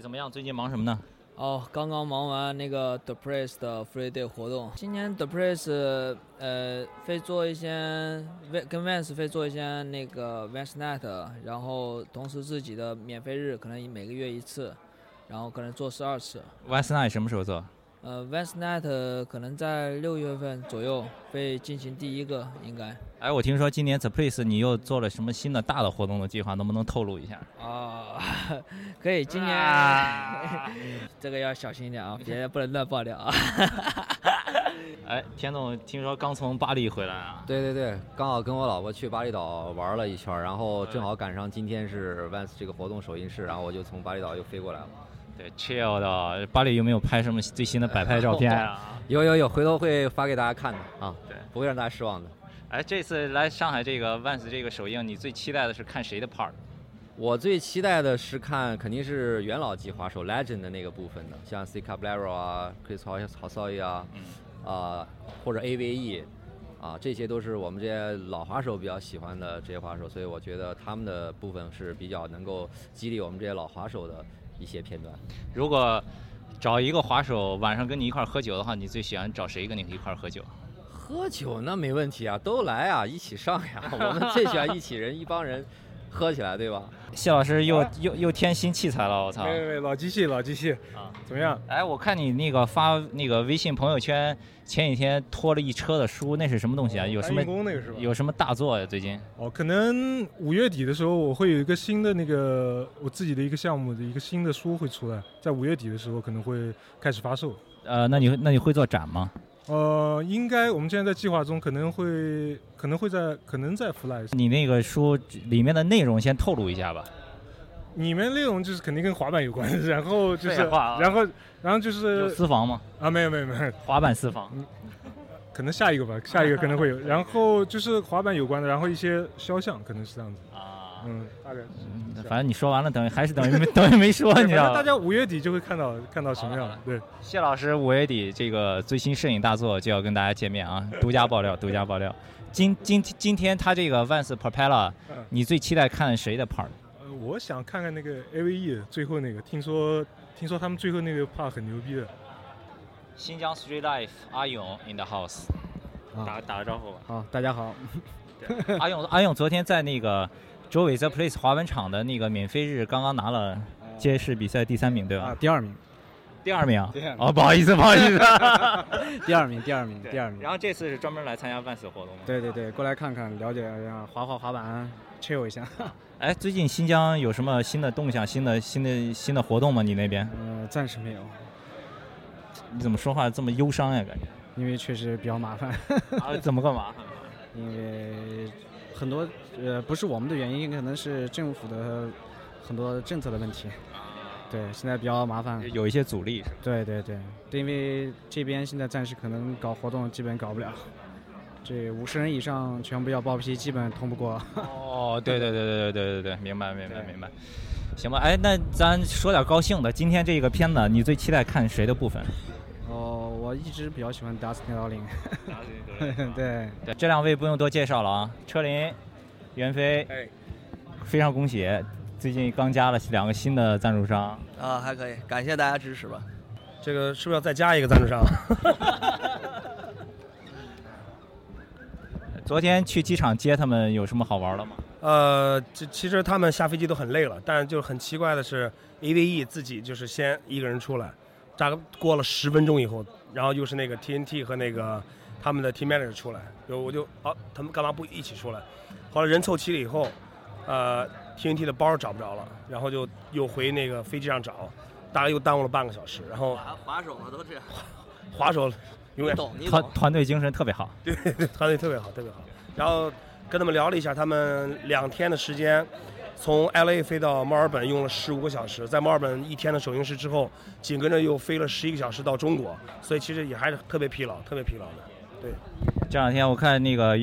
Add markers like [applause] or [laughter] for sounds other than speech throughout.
怎么样？最近忙什么呢？哦，刚刚忙完那个 The Press 的 Free Day 活动。今年 The Press 呃会做一些跟 Vans 会做一些那个 Vans Night，然后同时自己的免费日可能每个月一次，然后可能做十二次。 Vans Night 什么时候做？呃，Vans Night 可能在六月份左右会进行第一个，应该。哎，我听说今年 The Place 你又做了什么新的大的活动的计划，能不能透露一下？哦， [laughs] 可以，今年、啊 [laughs] 这个要小心一 [laughs] 点啊，别不能乱爆料啊。哎，田总，听说刚从巴黎回来啊？对对对，刚好跟我老婆去巴厘岛玩了一圈，然哎后正好赶上今天是 Vans 这个活动首映式，然后我就从巴厘岛又飞过来了。 [laughs] 对，chill 的。巴黎有没有拍什么最新的摆拍 [laughs] 照片啊？有有有，回头会发给大家看的啊，对不会让大家失望的。哎，这次来上海这个 Vans 这个首映，你最期待的是看谁的 part？我最期待的是看，肯定是元老级滑手 Legend 的那个部分的，像 C Cablero 啊，Chris Hall Hall 啊，嗯啊、或者 AVE，啊，这些都是我们这些老滑手比较喜欢的职业滑手，所以我觉得他们的部分是比较能够激励我们这些老滑手的一些片 [laughs] 段。如果找一个滑手晚上跟你一块儿喝酒的话，你最喜欢找谁跟你一块儿喝酒？喝酒那没问题啊，都来啊，一起上呀，我们最喜欢一起人一帮人喝起来，对吧？谢老师又又又添新器材了，我操！没没没，老机器，老机器，啊怎么样？哎，我看你那个发那个微信朋友圈，前几天拖了一车的书，那是什么东西啊？有什么哦搬运工那个是吧？有什么大作呀、最近哦，可能五月底的时候，我会有一个新的那个我自己的一个项目的一个新的书会出来，在五月底的时候可能会开始发售。呃，那你那你会做展吗？呃，应该我们现在在计划中，可能会可能会在可能在 Fly 你那个书里面的内容先透露一下吧。里面内容就是肯定跟滑板有关， [laughs] 然后就是废话啊然后然后就有是私房吗？啊没有没有没有，嗯滑板私房。可能下一个吧，下一个可能 [laughs] 会有，然后就是滑板有关的，然后一些肖像可能是这样子，啊，嗯，大概是这样。反正你说完了，等于还是等于没 [laughs] 等于没说，对你知反道啊正大吗？家五月底就会看到看到什么样好了。对，谢老师五月底这个最新摄影大作就要跟大家见面啊，独家 [laughs] 爆料，独家爆料。今今今天他这个 Vans Propeller，嗯你最期待看谁的 part？呃，我想看看那个 AVE 最后那个，听说听说他们最后那个 part 很牛逼的。新疆 Street Life 阿勇 in the house，打啊打个招呼吧。好，大家好。阿勇，阿勇昨天在那个周伟 The Place 滑板场的那个免费日刚刚拿了街市比赛第三名，对吧？啊，第二名，第二名啊第二名哦，不好意思，不好意思。 [laughs] 第二名，第二名，第二名然。后这次是专门来参加万斯活动吗？。对对对，过来看看，了解一下，滑滑滑板，chill 一下。哎，最近新疆有什么新的动向、新的、新的、新的活动吗？你那边呃，暂时没有，你怎么说话这么忧伤呀？感觉因为确实比较麻烦， [laughs] 啊，怎么个麻烦？因为很多呃不是我们的原因，可能是政府的很多政策的问题。对，现在比较麻烦。有一些阻力是吧？对对对，因为这边现在暂时可能搞活动基本搞不了，这五十人以上全部要报批，基本通不过。 [laughs] 哦，对对对对对对对对，明白明白对明白。行吧，哎，那咱说点高兴的。今天这个片子，你最期待看谁的部分？哦，我一直比较喜欢 Dustin Darling。对， [laughs] 对，这两位不用多介绍了啊，车林、袁飞，哎非常恭喜，最近刚加了两个新的赞助商。啊，还可以，感谢大家支持吧。这个是不是要再加一个赞助商？昨天去机场接他们有什么好玩的吗？呃，这其实他们下飞机都很累了，但就是很奇怪的是，AVE 自己就是先一个人出来，大概过了十分钟以后，然后又是那个 TNT 和那个他们的 Team Manager 出来，就我就啊，他们干嘛不一起出来？后来人凑齐了以后，呃，TNT 的包找不着了，然后就又回那个飞机上找，大概又耽误了半个小时，然后滑滑手嘛都这样，滑手你永远懂你团懂。团队精神特别好。团队特别好，特别好。然后跟他们聊了一下，他们两天的时间，从 LA 飞到墨尔本用了十五个小时，在墨尔本一天的首映式之后，紧跟着又飞了十一个小时到中国，所以其实也还是特别疲劳，特别疲劳的。这两天我看那个呃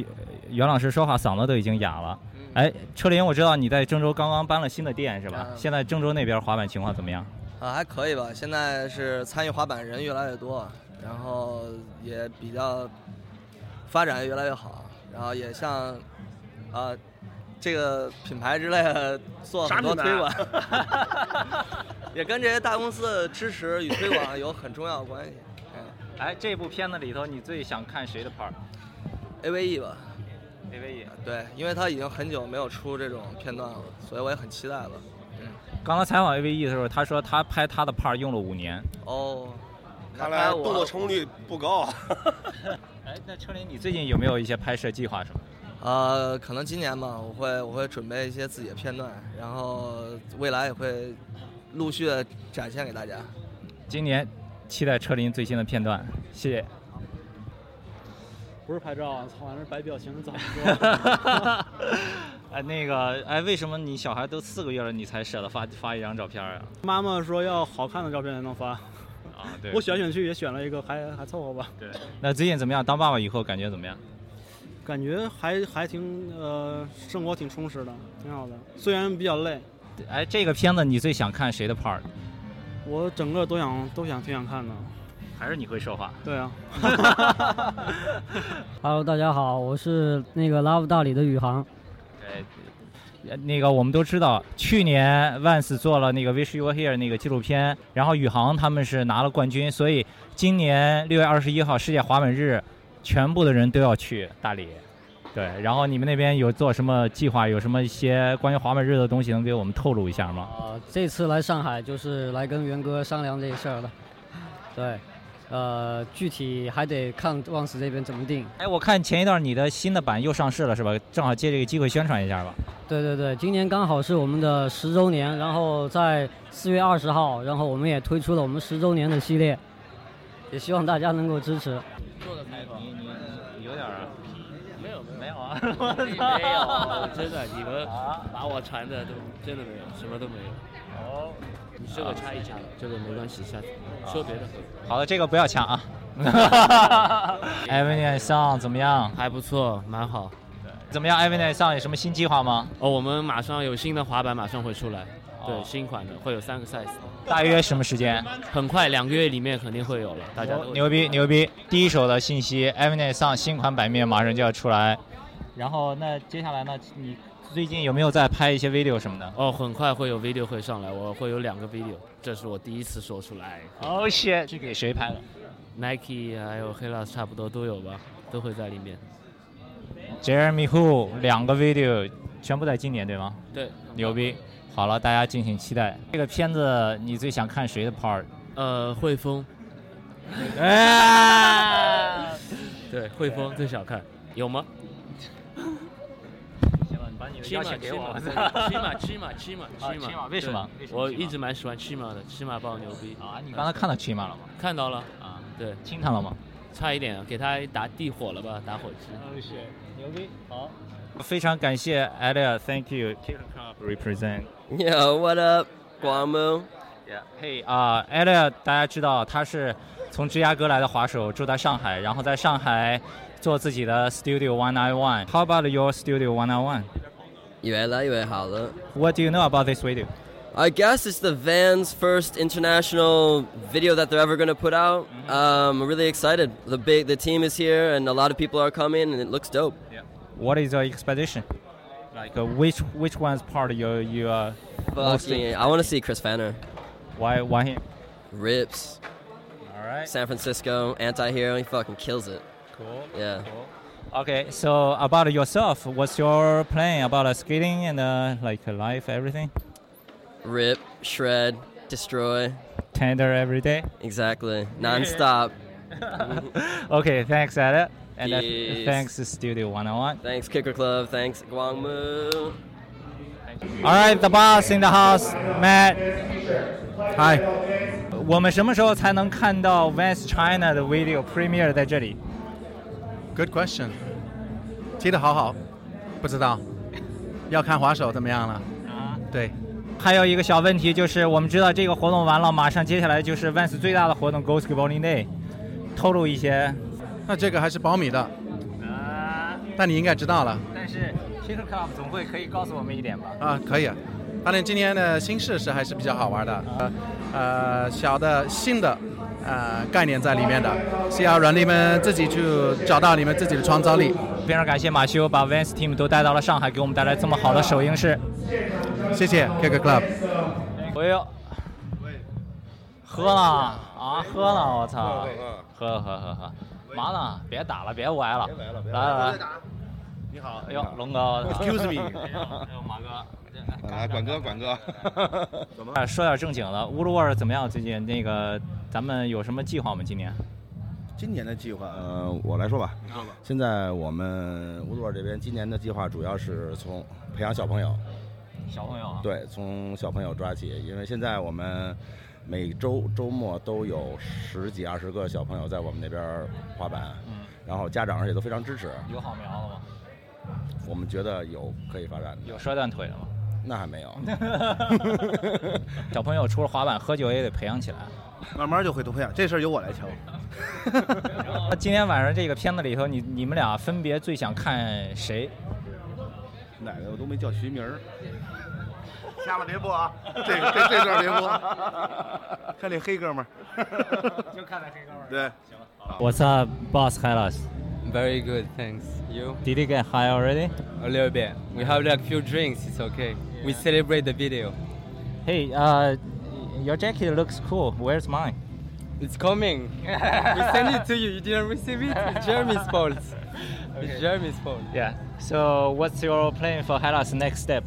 袁老师说话嗓子都已经哑了。哎，车林，我知道你在郑州刚刚搬了新的店是吧？嗯现在郑州那边滑板情况怎么样？啊，还可以吧。现在是参与滑板人越来越多，然后也比较发展越来越好，然后也像啊、 [laughs] 这个品牌之类的做很多推啥品牌广。 [laughs] 也跟这些大公司的支持与推广有很重要的关系。嗯哎，这部片子里头，你最想看谁的 part？A AVE E 吧， V E。对，因为它已经很久没有出这种片段了，所以我也很期待嗯了。刚刚采访 A V E 的时候，他说他拍他的 part 用了五年。哦，看哎来哎动作我成功率不高啊。 [laughs] 哎，那车林，你最近有没有一些拍摄计划什么？呃，可能今年吧，我会我会准备一些自己的片段，然后未来也会陆续的展现给大家。今年期待车林最新的片段，谢谢。不是拍照啊，操，完是摆表情，咋 [laughs] 哈，哎，那个，哎，为什么你小孩都四个月了，你才舍得发发一张照片啊？妈妈说要好看的照片才能发，啊，对我选选去也选了一个，还还凑合吧，对。那最近怎么样？当爸爸以后感觉怎么样？感觉还还挺呃，生活挺充实的，挺好的。虽然比较累，哎，这个片子你最想看谁的 part？我整个都想都想挺想看的。还是你会说话？[laughs] 对啊， Hello，大家好，我是那个 Love 大理的宇航。呃那个我们都知道，去年 Vans 做了那个《Wish You Were Here》那个纪录片，然后宇航他们是拿了冠军，所以今年六月二十一号世界滑板日，全部的人都要去大理。对，然后你们那边有做什么计划？有什么一些关于滑板日的东西能给我们透露一下吗？啊、这次来上海就是来跟元哥商量这事儿的。 [laughs] 对，呃，具体还得看旺石这边怎么定。哎，我看前一段你的新的版又上市了，是吧？正好借这个机会宣传一下吧。对对对，今年刚好是我们的十周年，然后在四月二十号，然后我们也推出了我们十周年的系列，也希望大家能够支持。你你有点儿没有没有没有啊？没 [laughs] 有，真的，你们把我传的都真的没有，什么都没有。哦，你这个插一下，这个没关系，下次说别的。好的，这个不要抢啊。 [laughs] 艾文点上怎么样？还不错，蛮好。怎么样？艾文点上有什么新计划吗？哦，我们马上有新的滑板，马上会出来。哦对，新款的会有三个 size，大约什么时间？很快两个月里面肯定会有了，大家都牛逼牛逼！第一手的信息 e v a n 上新款版面马上就要出来。然后那接下来呢？你最近有没有在拍一些 video 什么的？哦，很快会有 video 会上来，我会有两个 video，这是我第一次说出来。哦、shit！是给谁拍的？ Nike 还有 Hellas 差不多都有吧，都会在里 [laughs] 面。 Jeremy Hu 两个 video 全部在今年对吗？对，牛逼！好了，大家敬请期待。这个片子你最想看谁的 part？呃，汇丰，哎，对，汇丰最想看，有吗？行了，你把你的邀请给我。骑马骑马骑马啊骑马骑马为什么为什么我骑马一直蛮喜欢骑马的，骑马爆牛逼。啊，你刚才看到 Chima 了吗？看到了，啊，对，亲他了吗？啊差一点给他打地火了吧，打火机。非常感谢 a l i a thank you. Killer Club represent. Yeah, what up，广门？ Yeah. Hey 啊 a l i a 大家知道他是从芝加哥来的滑手，住在上海，然后在上海做自己的 Studio One I One. How about your Studio One I One? 越来越好了。 What do you know about this video? I guess it's the Vans' first international video that they're ever going to put out. Um, I'm really excited. The big the team is here, and a lot of people are coming, and it looks dope. What is your expedition? Like uh, which which one's part you you uh, Fuck me. I want to see Chris Fanner. why why him? Rips. All right. San Francisco anti-hero. He fucking kills it. Cool. Yeah. Okay, so about yourself, what's your plan about uh, skating and uh, like uh, life, everything? Rip. Shred. Destroy. Tender every day. [laughs] Exactly. Non-stop. Okay, thanks, Ada. And uh, Yes. thanks to Studio 101. Thanks, Kicker Club. Thanks, Guangmu. All right, the boss in the house, Matt. 嗨，我们什么时候才能看到 Vans China 的 video premiere 在这里？ Good question，踢得好好，不知道，要看滑手怎么样了。对，啊还有一个小问题就是，我们知道这个活动完了，马上接下来就是 Vans 最大的活动 Go Skateboarding Day，透露一些。那这个还是保密的，但你应该知道了但是 Kicker Club 总会可以告诉我们一点吧？啊，可以。当然，今年的新设施还是比较好玩的，呃，呃小的新的呃概念在里面的，是要让你们自己去找到你们自己的创造力。非常感谢马修把 Vans Team 都带到了上海，给我们带来这么好的首映式。谢谢 Kick Club。我有。喝了啊，喝了，我操对对对！喝了喝了喝了喝了，麻呢？别打了，别歪了，别歪了别歪了来来我再打来，你好哎你呦好，龙哥 Excuse me 哎呦哎呦马哥，来，管哥，管哥，怎么啊，说点正经的，乌鲁沃尔怎么样？最近那个咱们有什么计划吗？今年？今年的计划，呃，我来说吧。现在我们乌鲁尔这边今年的计划主要是从培养小朋友，小朋友啊，对，从小朋友抓起，因为现在我们每周周末都有十几二十个小朋友在我们那边滑板，嗯，然后家长也都非常支持，有好苗了吗？我们觉得有可以发展的。有摔断腿了吗？ [laughs] 那还没有。小朋友除了滑板，喝酒也得培养起来。慢慢就会多培养，这事儿由我来敲。那今天晚上这个片子里头，你你们俩分别最想看谁？哪个我都没叫徐名儿，瞎了别播 [laughs] 啊，这个这这段别播。看这黑哥们儿，就看那黑哥们儿。对， What's up, boss? Hellas. Very good, thanks. You? Did you get high already? A little bit. We have like few drinks. It's okay. We celebrate the video. Hey, uh, your jacket looks cool. Where's mine? It's coming. we send it to you. You didn't receive it. It's Jeremy's fault. It's Jeremy's fault. [laughs] Yeah. So, what's your plan for Hellas next step?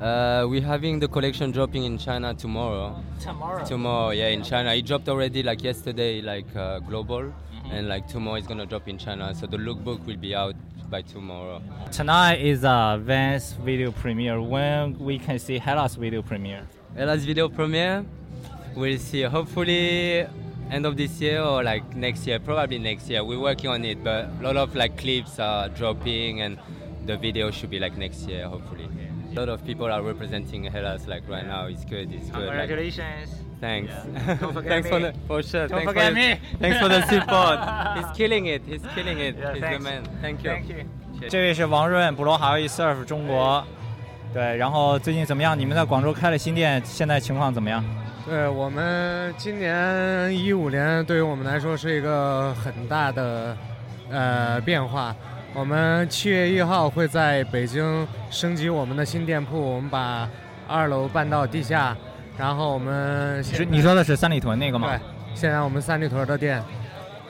Uh, we're having the collection dropping in China tomorrow. Tomorrow. Tomorrow, yeah, in China. It dropped already like yesterday, like uh, global, Mm-hmm. and like tomorrow it's gonna drop in China. So the lookbook will be out by tomorrow. Tonight is a Vans video premiere. When we can see Hellas video premiere? Ella's video premiere. We'll see. Hopefully, end of this year or like next year. Probably next year. We're working on it, but a lot of like clips are dropping, and the video should be like next year. Hopefully, a lot of people are representing Hellas like right now. It's good. It's good. like- Thanks. [laughs] Don't forget thanks for me. the for sure. Don't thanks forget for me. The, thanks for the support. [laughs] He's killing it. He's killing it. Yeah, He's thanks. the man. Thank you. Thank you. 这位是王润，捕罗海威 surf 中国。对，然后最近怎么样？你们在广州开了新店，现在情况怎么样？对我们今年一五年，对于我们来说是一个很大的呃变化。我们七月一号会在北京升级我们的新店铺，我们把二楼搬到地下，然后我们是你说的是三里屯那个吗？对，现在我们三里屯的店，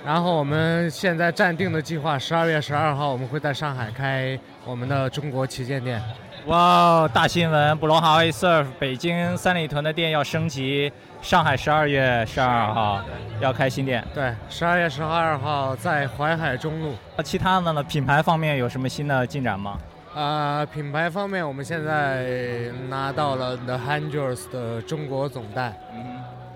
然后我们现在暂定的计划，十二月十二号我们会在上海开我们的中国旗舰店。哇哦，大新闻！布隆哈威 surf 北京三里屯的店要升级，上海十二月十二号要开新店。对，十二月十二号在淮海中路。其他的呢？品牌方面有什么新的进展吗？呃，品牌方面，我们现在拿到了 The Hundreds 的中国总代，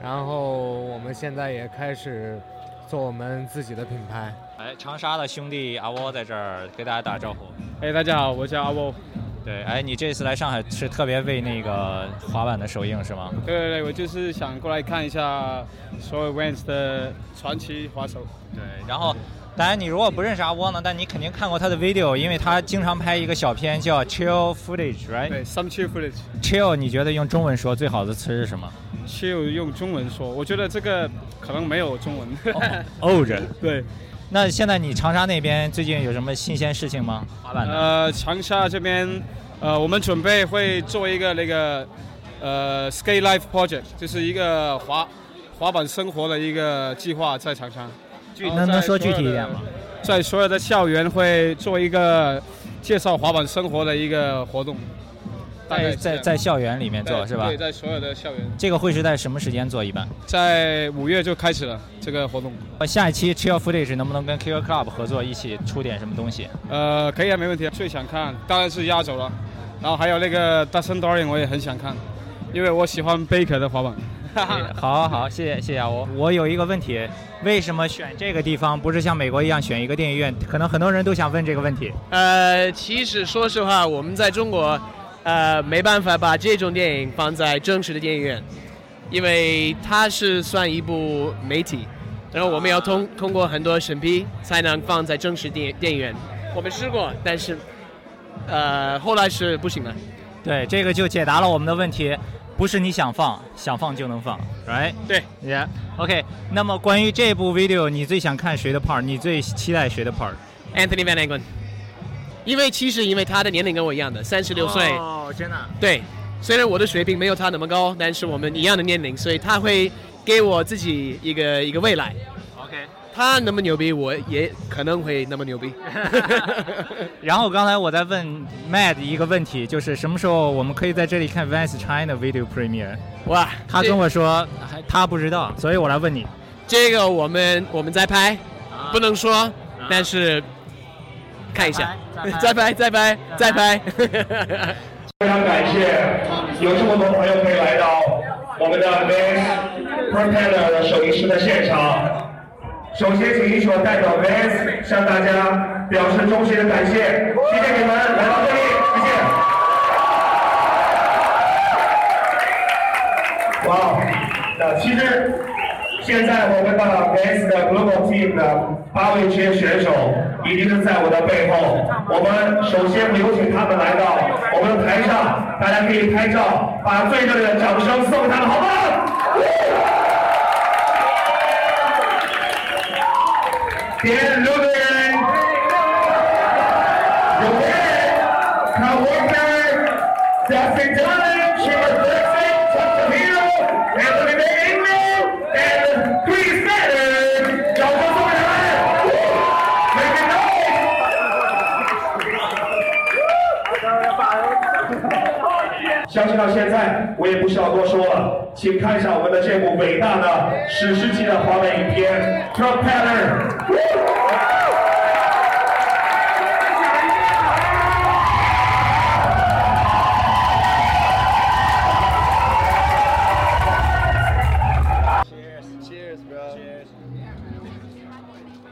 然后我们现在也开始做我们自己的品牌。哎，长沙的兄弟阿窝在这儿给大家打招呼。哎，大家好，我叫阿波。对，哎，你这次来上海是特别为那个滑板的首映是吗？对对对，我就是想过来看一下所有 Vans 的传奇滑手。对，然后，当然你如果不认识阿窝呢，但你肯定看过他的 video，因为他经常拍一个小片叫 Chill Footage，right？对，Some Chill Footage。 Chill，你觉得用中文说最好的词是什么？就用中文说，我觉得这个可能没有中文。怄人。对。那现在你长沙那边最近有什么新鲜事情吗？滑板的。呃，长沙这边，呃，我们准备会做一个那个，呃，Skate Life Project，就是一个滑滑板生活的一个计划，在长沙。然后能在能所说有具体一的点吗？在所有的校园会做一个介绍滑板生活的一个活动，大概在是这在样在校园里面做对是吧对，？在所有的校园，这个会是在什么时间做一般？在五月就开始了这个活动。呃下一期 Chill Footage 能不能跟 Q Club 合作一起出点什么东西？呃，可以啊，没问题啊。最想看当然是压轴了，然后还有那个 Dustin Dorian 我也很想看，因为我喜欢 Baker 的滑板。好好好，谢谢谢谢啊，我我有一个问题，为什么选这个地方，不是像美国一样选一个电影院？可能很多人都想问这个问题。呃，其实说实话，我们在中国，呃，没办法把这种电影放在正式的电影院，因为它是算一部媒体，然后我们要通通过很多审批才能放在正式电电影院。我们试过，但是，呃，后来是不行了。对，这个就解答了我们的问题，不是你想放，想放就能放，right？对，yeah。OK，那么关于这部 video，你最想看谁的 part？你最期待谁的 part？ Anthony Van Engelen，因为其实因为他的年龄跟我一样的，三十六岁。哦，真的。对，虽然我的水平没有他那么高，但是我们一样的年龄，所以他会给我自己一个一个未来。 OK。他那么牛逼，我也可能会那么牛逼。然后刚才我在问 Mad 一个问题，就是什么时候我们可以在这里看 Vans China Video Premiere？哇，他跟我说还他不知道，所以我来问你。这个我们我们在拍，不能说，但是看一下，啊再拍再拍再拍。 [laughs] 非常感谢有这么多朋友可以来到我们的 Vans Propeller 的首映式的现场。首先，请允许我代表 Vans 向大家表示衷心的感谢，谢谢你们来到这里，谢谢。哇哦，那其实现在我们的 Vans 的 Global Team 的八位职业选手已经是在我的背后，我们首先有请他们来到我们的台上，大家可以拍照，把最热烈的掌声送给他们，好吗？别人留给人，有别人，看我们，相信他们是 blessing from the hero and the living angel and three setters，掌声送给他们，make noise。相信到现在，我也不需要多说了，请看一下我们的这部伟大的史诗级的华美影片《Propeller》。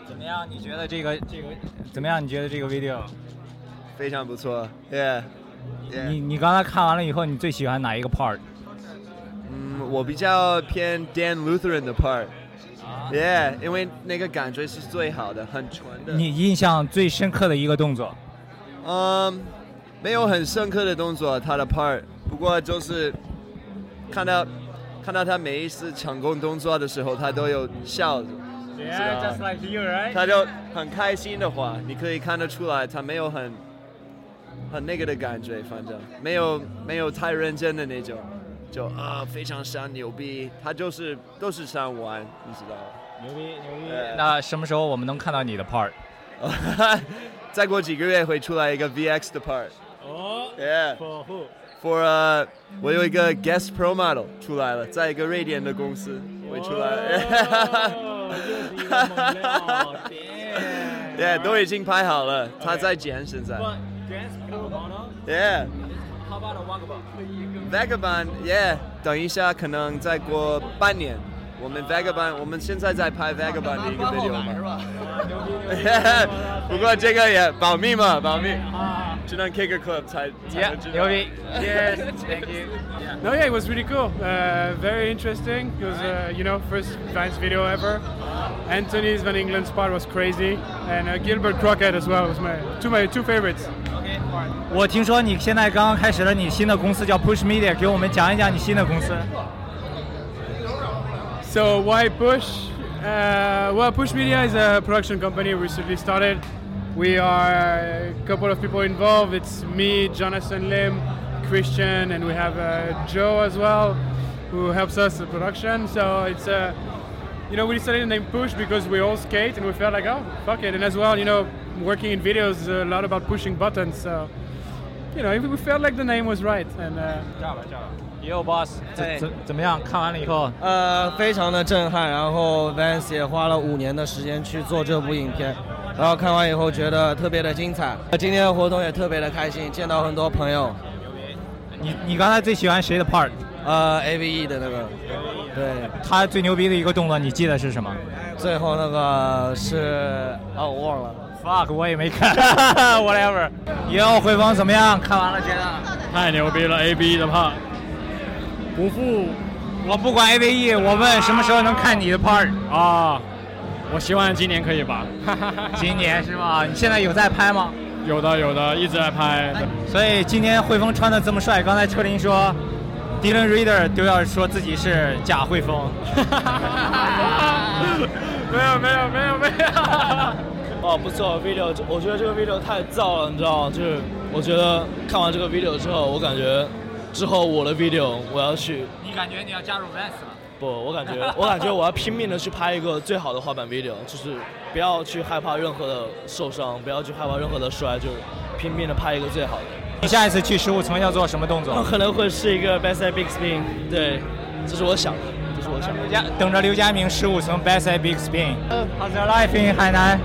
怎么样？你觉得这个这个怎么样？你觉得这个 video？非常不错，Yeah。你你刚才看完了以后，你最喜欢哪一个 part？嗯，我比较偏 Dan Lutheran 的 part，Yeah，因为那个感觉是最好的，很纯的。你印象最深刻的一个动作？嗯，没有很深刻的动作，他的 part，不过就是看到看到他每一次成功动作的时候，他都有笑着。 Yeah, just like you, 啊 right? 他就很开心的话，你可以看得出来，他没有很很那个的感觉，反正没有没有太认真的那种，就啊非常想牛逼，他就是都是想玩，你知道吗？牛逼牛逼！那什么时候我们能看到你的 part？呃 [laughs] 再过几个月会出来一个 VX 的 part。哦哎，Yeah。保护。 For 呃、我有一个 guest pro model 出来了，在一个瑞典的公司会出来。yeah，都已经拍好了，他在剪现在。Yeah。 How about a walkabout? Vagabond，yeah，等一下可能再过半年，我们 Vagabond，我们现在在拍 Vagabond 的一个 video 嘛。 [laughs] 不过这个也保密嘛，保密，只能 Kick a Club 才才能知道。 Yes, thank you. No, yeah, it was really cool. Uh, very interesting. It was, uh, you know, first Vance video ever. Anthony's Van England's part was crazy, and uh, Gilbert Crockett as well was my two my two favorites. 我听说你现在刚刚开始了你新的公司叫 Push Media，给我们讲一讲你新的公司。 So why Push? Uh, well, Push Media is a production company we recently started. We are a couple of people involved. It's me, Jonathan Lim, Christian, and we have uh, Joe as well, who helps us with production. So it's a, you know, we decided to name Push because we all skate and we felt like, oh, fuck it. And as well, you know, working in videos is a lot about pushing buttons. So, you know, we felt like the name was right. And uh, 也有 boss，哎怎怎怎么样？看完了以后，呃，非常的震撼。然后 Vans 也花了五年的时间去做这部影片，然后看完以后觉得特别的精彩。今天的活动也特别的开心，见到很多朋友。你你刚才最喜欢谁的 part？呃，A V E 的那个，对，他最牛逼的一个动作，你记得是什么最后那个是啊，哦我忘了。 ？fuck，我也没看 [laughs] ，whatever。以后汇丰怎么样？看完了觉得？太牛逼了，A B 的胖，不负我不管 A V E，我问什么时候能看你的 part 啊！我希望今年可以吧。 [laughs] 今年是吗？你现在有在拍吗？有的有的，一直在拍。所以今天汇丰穿的这么帅，刚才车林说，Dylan Reader 都要说自己是假汇丰。 [laughs] 没有没有没 [laughs] 有没有。哦，不错，video，我觉得这个 video 太燥了，你知道吗？就是我觉得看完这个 video 之后，我感觉之后我的 video 我要去你感觉你要加入 Vans 了？不，我感觉我感觉我要拼命的去拍一个最好的滑板 video，就是不要去害怕任何的受伤，不要去害怕任何的摔，就拼命的拍一个最好的。你下一次去十五层要做什么动我作？ [laughs] 可能会是一个 backside big spin，对，这是我想的，这是我想的。刘佳等着刘佳明十五层 backside big spin。How's your life in 海南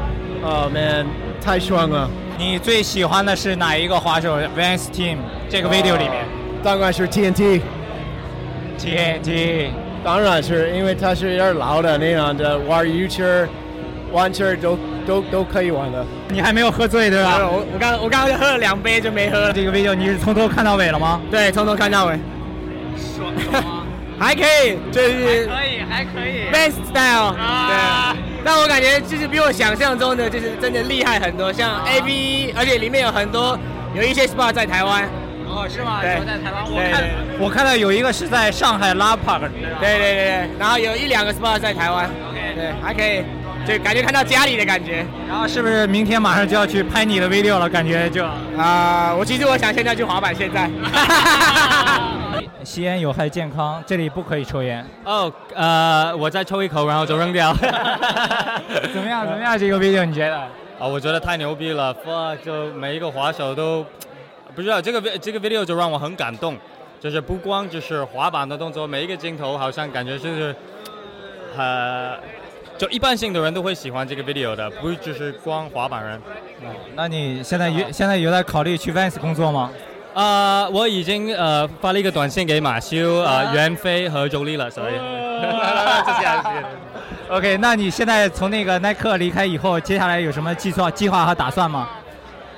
？Oh man，太爽了！你最喜欢的是哪一个滑手？Vans Team 这个 video 里面。当然是 TNT。 TNT。当然是因为他是有点老的那样的，玩 U 圈、弯圈都都都可以玩的。你还没有喝醉对吧？我我刚我刚刚喝了两杯就没喝了。这个 video 你是从头看到尾了吗？对，从头看到尾。还可以，就是可以，还可以，best 啊 style，、对。但我感觉就是比我想象中的，就是真的厉害很多，像 A B，、而且里面有很多有一些 SPA 在台湾。哦，是吗？对，在台湾，我看，我看到有一个是在上海拉 park，对对对对，然后有一两个 SPA 在台湾。OK，对，还可以，就感觉看到家里的感觉。然后是不是明天马上就要去拍你的 video 了？感 [laughs] 觉就啊、我其实我想现在去滑板，现 [laughs] 在。吸烟有害健康，这里不可以抽烟。哦，呃，我再抽一口，然后就扔 [laughs] 掉。怎么样？怎么样？这个 video 你觉得？啊，我觉得太牛逼了，fuck，就每一个滑手都不知道这个 vi- 这个 video 就让我很感动，就是不光就是滑板的动作，每一个镜头好像感觉就是呃，就一般性的人都会喜欢这个 video 的，不就是光滑板 [laughs] 人。那你现在有 [laughs] 现在有在考虑去 Vans 工作吗？啊、我已经呃发了一个短信给马修、啊呃袁飞和周丽了，所以。谢谢谢谢。 OK，那你现在从那个耐克离开以后，接下来有什么计划、计划和打算吗？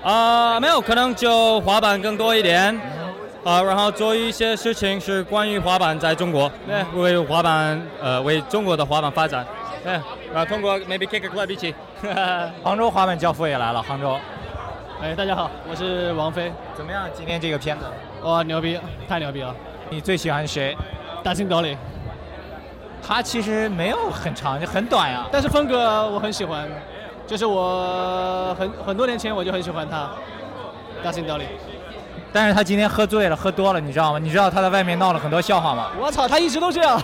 啊，没有，可能就滑板更多一点，啊，然后做一些事情是关于滑板在中国，对，为滑板呃为中国的滑板发展，嗯对，然哎啊后通过 maybe kick a club 一起， [laughs] 杭州滑板教父也来了，杭州。哎，大家好，我是王菲。怎么样？今天这个片子？哇，牛逼，太牛逼了！你最喜欢谁？大兴岛里，他其实没有很长，就很短呀。但是风格我很喜欢，就是我很很多年前我就很喜欢他，大兴岛里。但是他今天喝醉了，喝多了，你知道吗？你知道他在外面闹了很多笑话吗？我操，他一直都这样。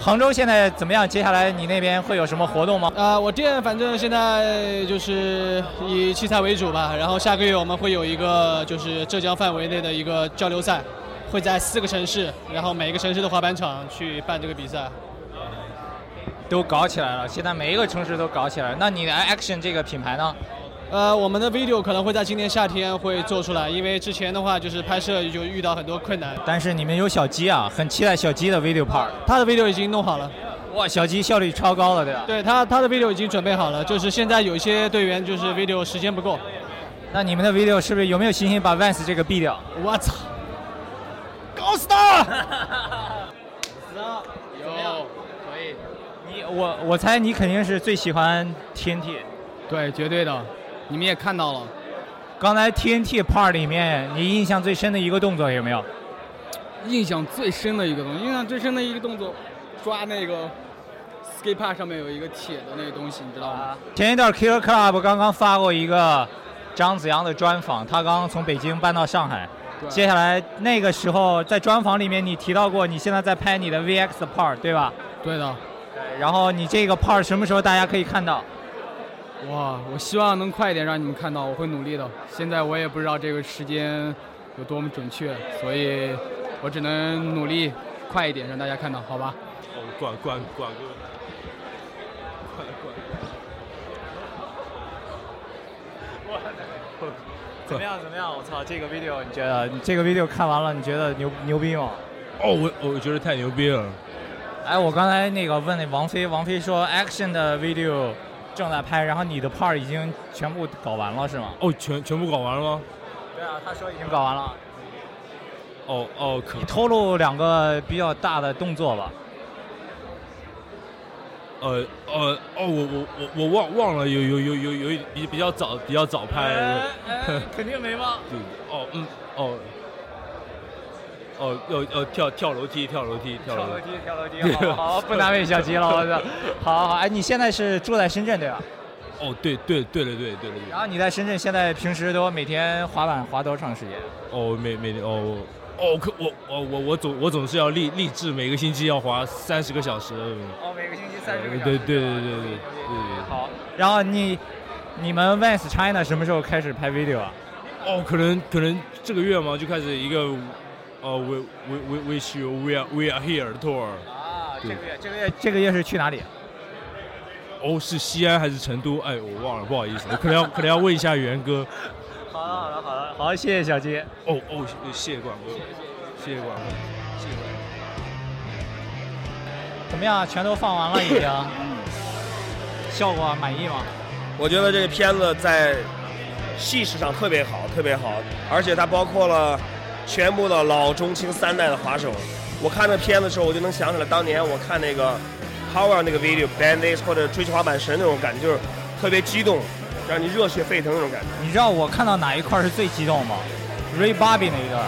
杭州现在怎么样？接下来你那边会有什么活动吗？啊、我店反正现在哎就是以器材为主吧，然后下个月我们会有一个就是浙江范围内的一个交流赛，会在四个城市，然后每一个城市的滑板场去办这个比赛。都搞起来了，现在每一个城市都搞起来了。那你的 Action 这个品牌呢？呃，我们的 video 可能会在今年夏天会做出来，因为之前的话就是拍摄就遇到很多困难。但是你们有小鸡啊，很期待小鸡的 video part。他的 video 已经弄好了，哇，小鸡效率超高了，对吧？对他他的 video 已经准备好了，就是现在有一些队员就是 video 时间不够。那你们的 video 是不是有没有信心把 Vans 这个毙掉？我操！哦搞死他！有，可以。你我我猜你肯定是最喜欢 TNT。对，绝对的。你们也看到了。刚才 TNT part 里面，你印象最深的一个动作有没有？印象最深的一个东西，印象最深的一个动作，抓那个 skate park 上面有一个铁的那个东西，你知道啊吗？前一段 Killer Club 刚刚发过一个张子阳的专访，他刚刚从北京搬到上海。对接下来那个时候在专访里面你提到过，你现在在拍你的 VX 的 part 对吧？对的。对，然后你这个 part 什么时候大家可以看到？哇，我希望能快一点让你们看到，我会努力的。现在我也不知道这个时间有多么准确，所以我只能努力快一点让大家看到，好吧？管管管哥，管管。怎么样？怎么样？我操，这个 video 你觉得你这个 video 看完了，你觉得牛牛逼吗？哦，我我觉得太牛逼了。哎，我刚才那个问那王菲，王菲说 action 的 video 正在拍，然后你的 part 已经全部搞完了是吗？哦，全全部搞完了吗？对啊，他说已经搞完了。哦哦，可你透露两个比较大 [laughs] 的动作吧。呃呃哦，我我我我忘忘了有有有有有一比比较早比较早拍的，哎肯定没忘。 [laughs] 对哦嗯哦哦要要跳跳楼梯跳楼梯跳楼梯跳楼梯好好，好不难为小吉了，我操！好好好，哎，你现在是住在深圳对吧？哦对对对了对对了对然后你在深圳现在平时都每天滑板滑多长时间？哦每每天哦哦，可我我我我总我总是要立立志，每个星期要滑三十个小时。哦，每个星期三十对个呃小对时。对对对对对。好，然后你你们 Vans China 什么时候开始拍 video 啊？哦，可能可能这个月嘛，就开始一个，呃，we we we wish you we are we are here tour。啊，这个月这个月这个月是去哪里？哦，是西安还是成都？哎，我忘了，不好意思，我可能要可能要问一下元哥。好了好了好了， [laughs] 好，谢谢小鸡。哦哦，谢谢管哥，谢谢管哥，谢谢管哥。怎么样？全都放完了已经，嗯效果满意吗？我觉得这个片子在戏史上特别好，特别好，而且它包括了全部的老中青三代的滑手。我看那片子的时候，我就能想起来当年我看那个 Howard 那个 video Bandits 或者追求滑板神那种感觉，就是特别激动，让你热血沸腾那种感觉。你知道我看到哪一块儿是最激动吗？Ray Bobby 那一段儿，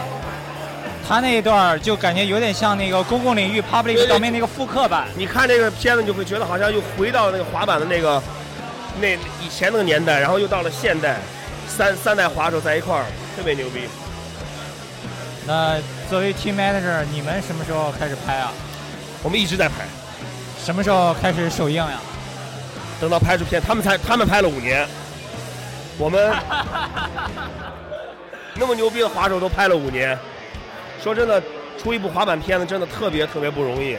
他那一段儿就感觉有点像那个公共领域 public d o m 那个复刻版。你看这个片子，你就会觉得好像又回到那个滑板的那个那以前那个年代，然后又到了现代，三三代滑手在一块儿，特别牛逼。那作为 team manager，你们什么时候开始拍啊？我们一直在拍。什么时候开始首映呀、等到拍出片，他们才他们拍了五年，我们那么牛逼的滑手都拍了五年。说真的，出一部滑板片子真的特别特别不容易。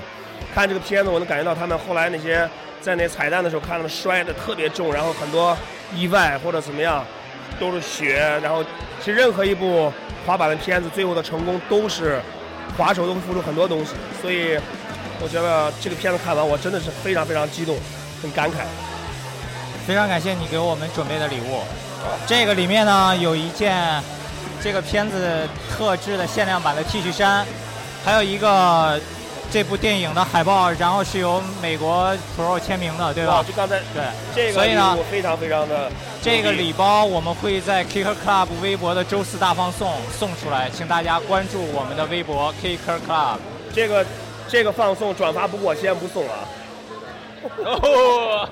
看这个片子，我能感觉到他们后来那些在那彩蛋的时候，看他们摔的特别重，然后很多意外或者怎么样，都是血。然后其实任何一部滑板的片子，最后的成功都是滑手都会付出很多东西。所以我觉得这个片子看完，我真的是非常非常激动，很感慨。非常感谢你给我们准备的礼物。这个里面呢有一件这个片子特制的限量版的 T 恤衫，还有一个这部电影的海报，然后是由美国 Pro 签名的，对吧哇？就刚才对，这个所以呢礼物非常非常的这个礼包我们会在 Kicker Club 微博的周四大放送送出来，请大家关注我们的微博 Kicker Club。这个这个放送转发不过先不送啊。哦，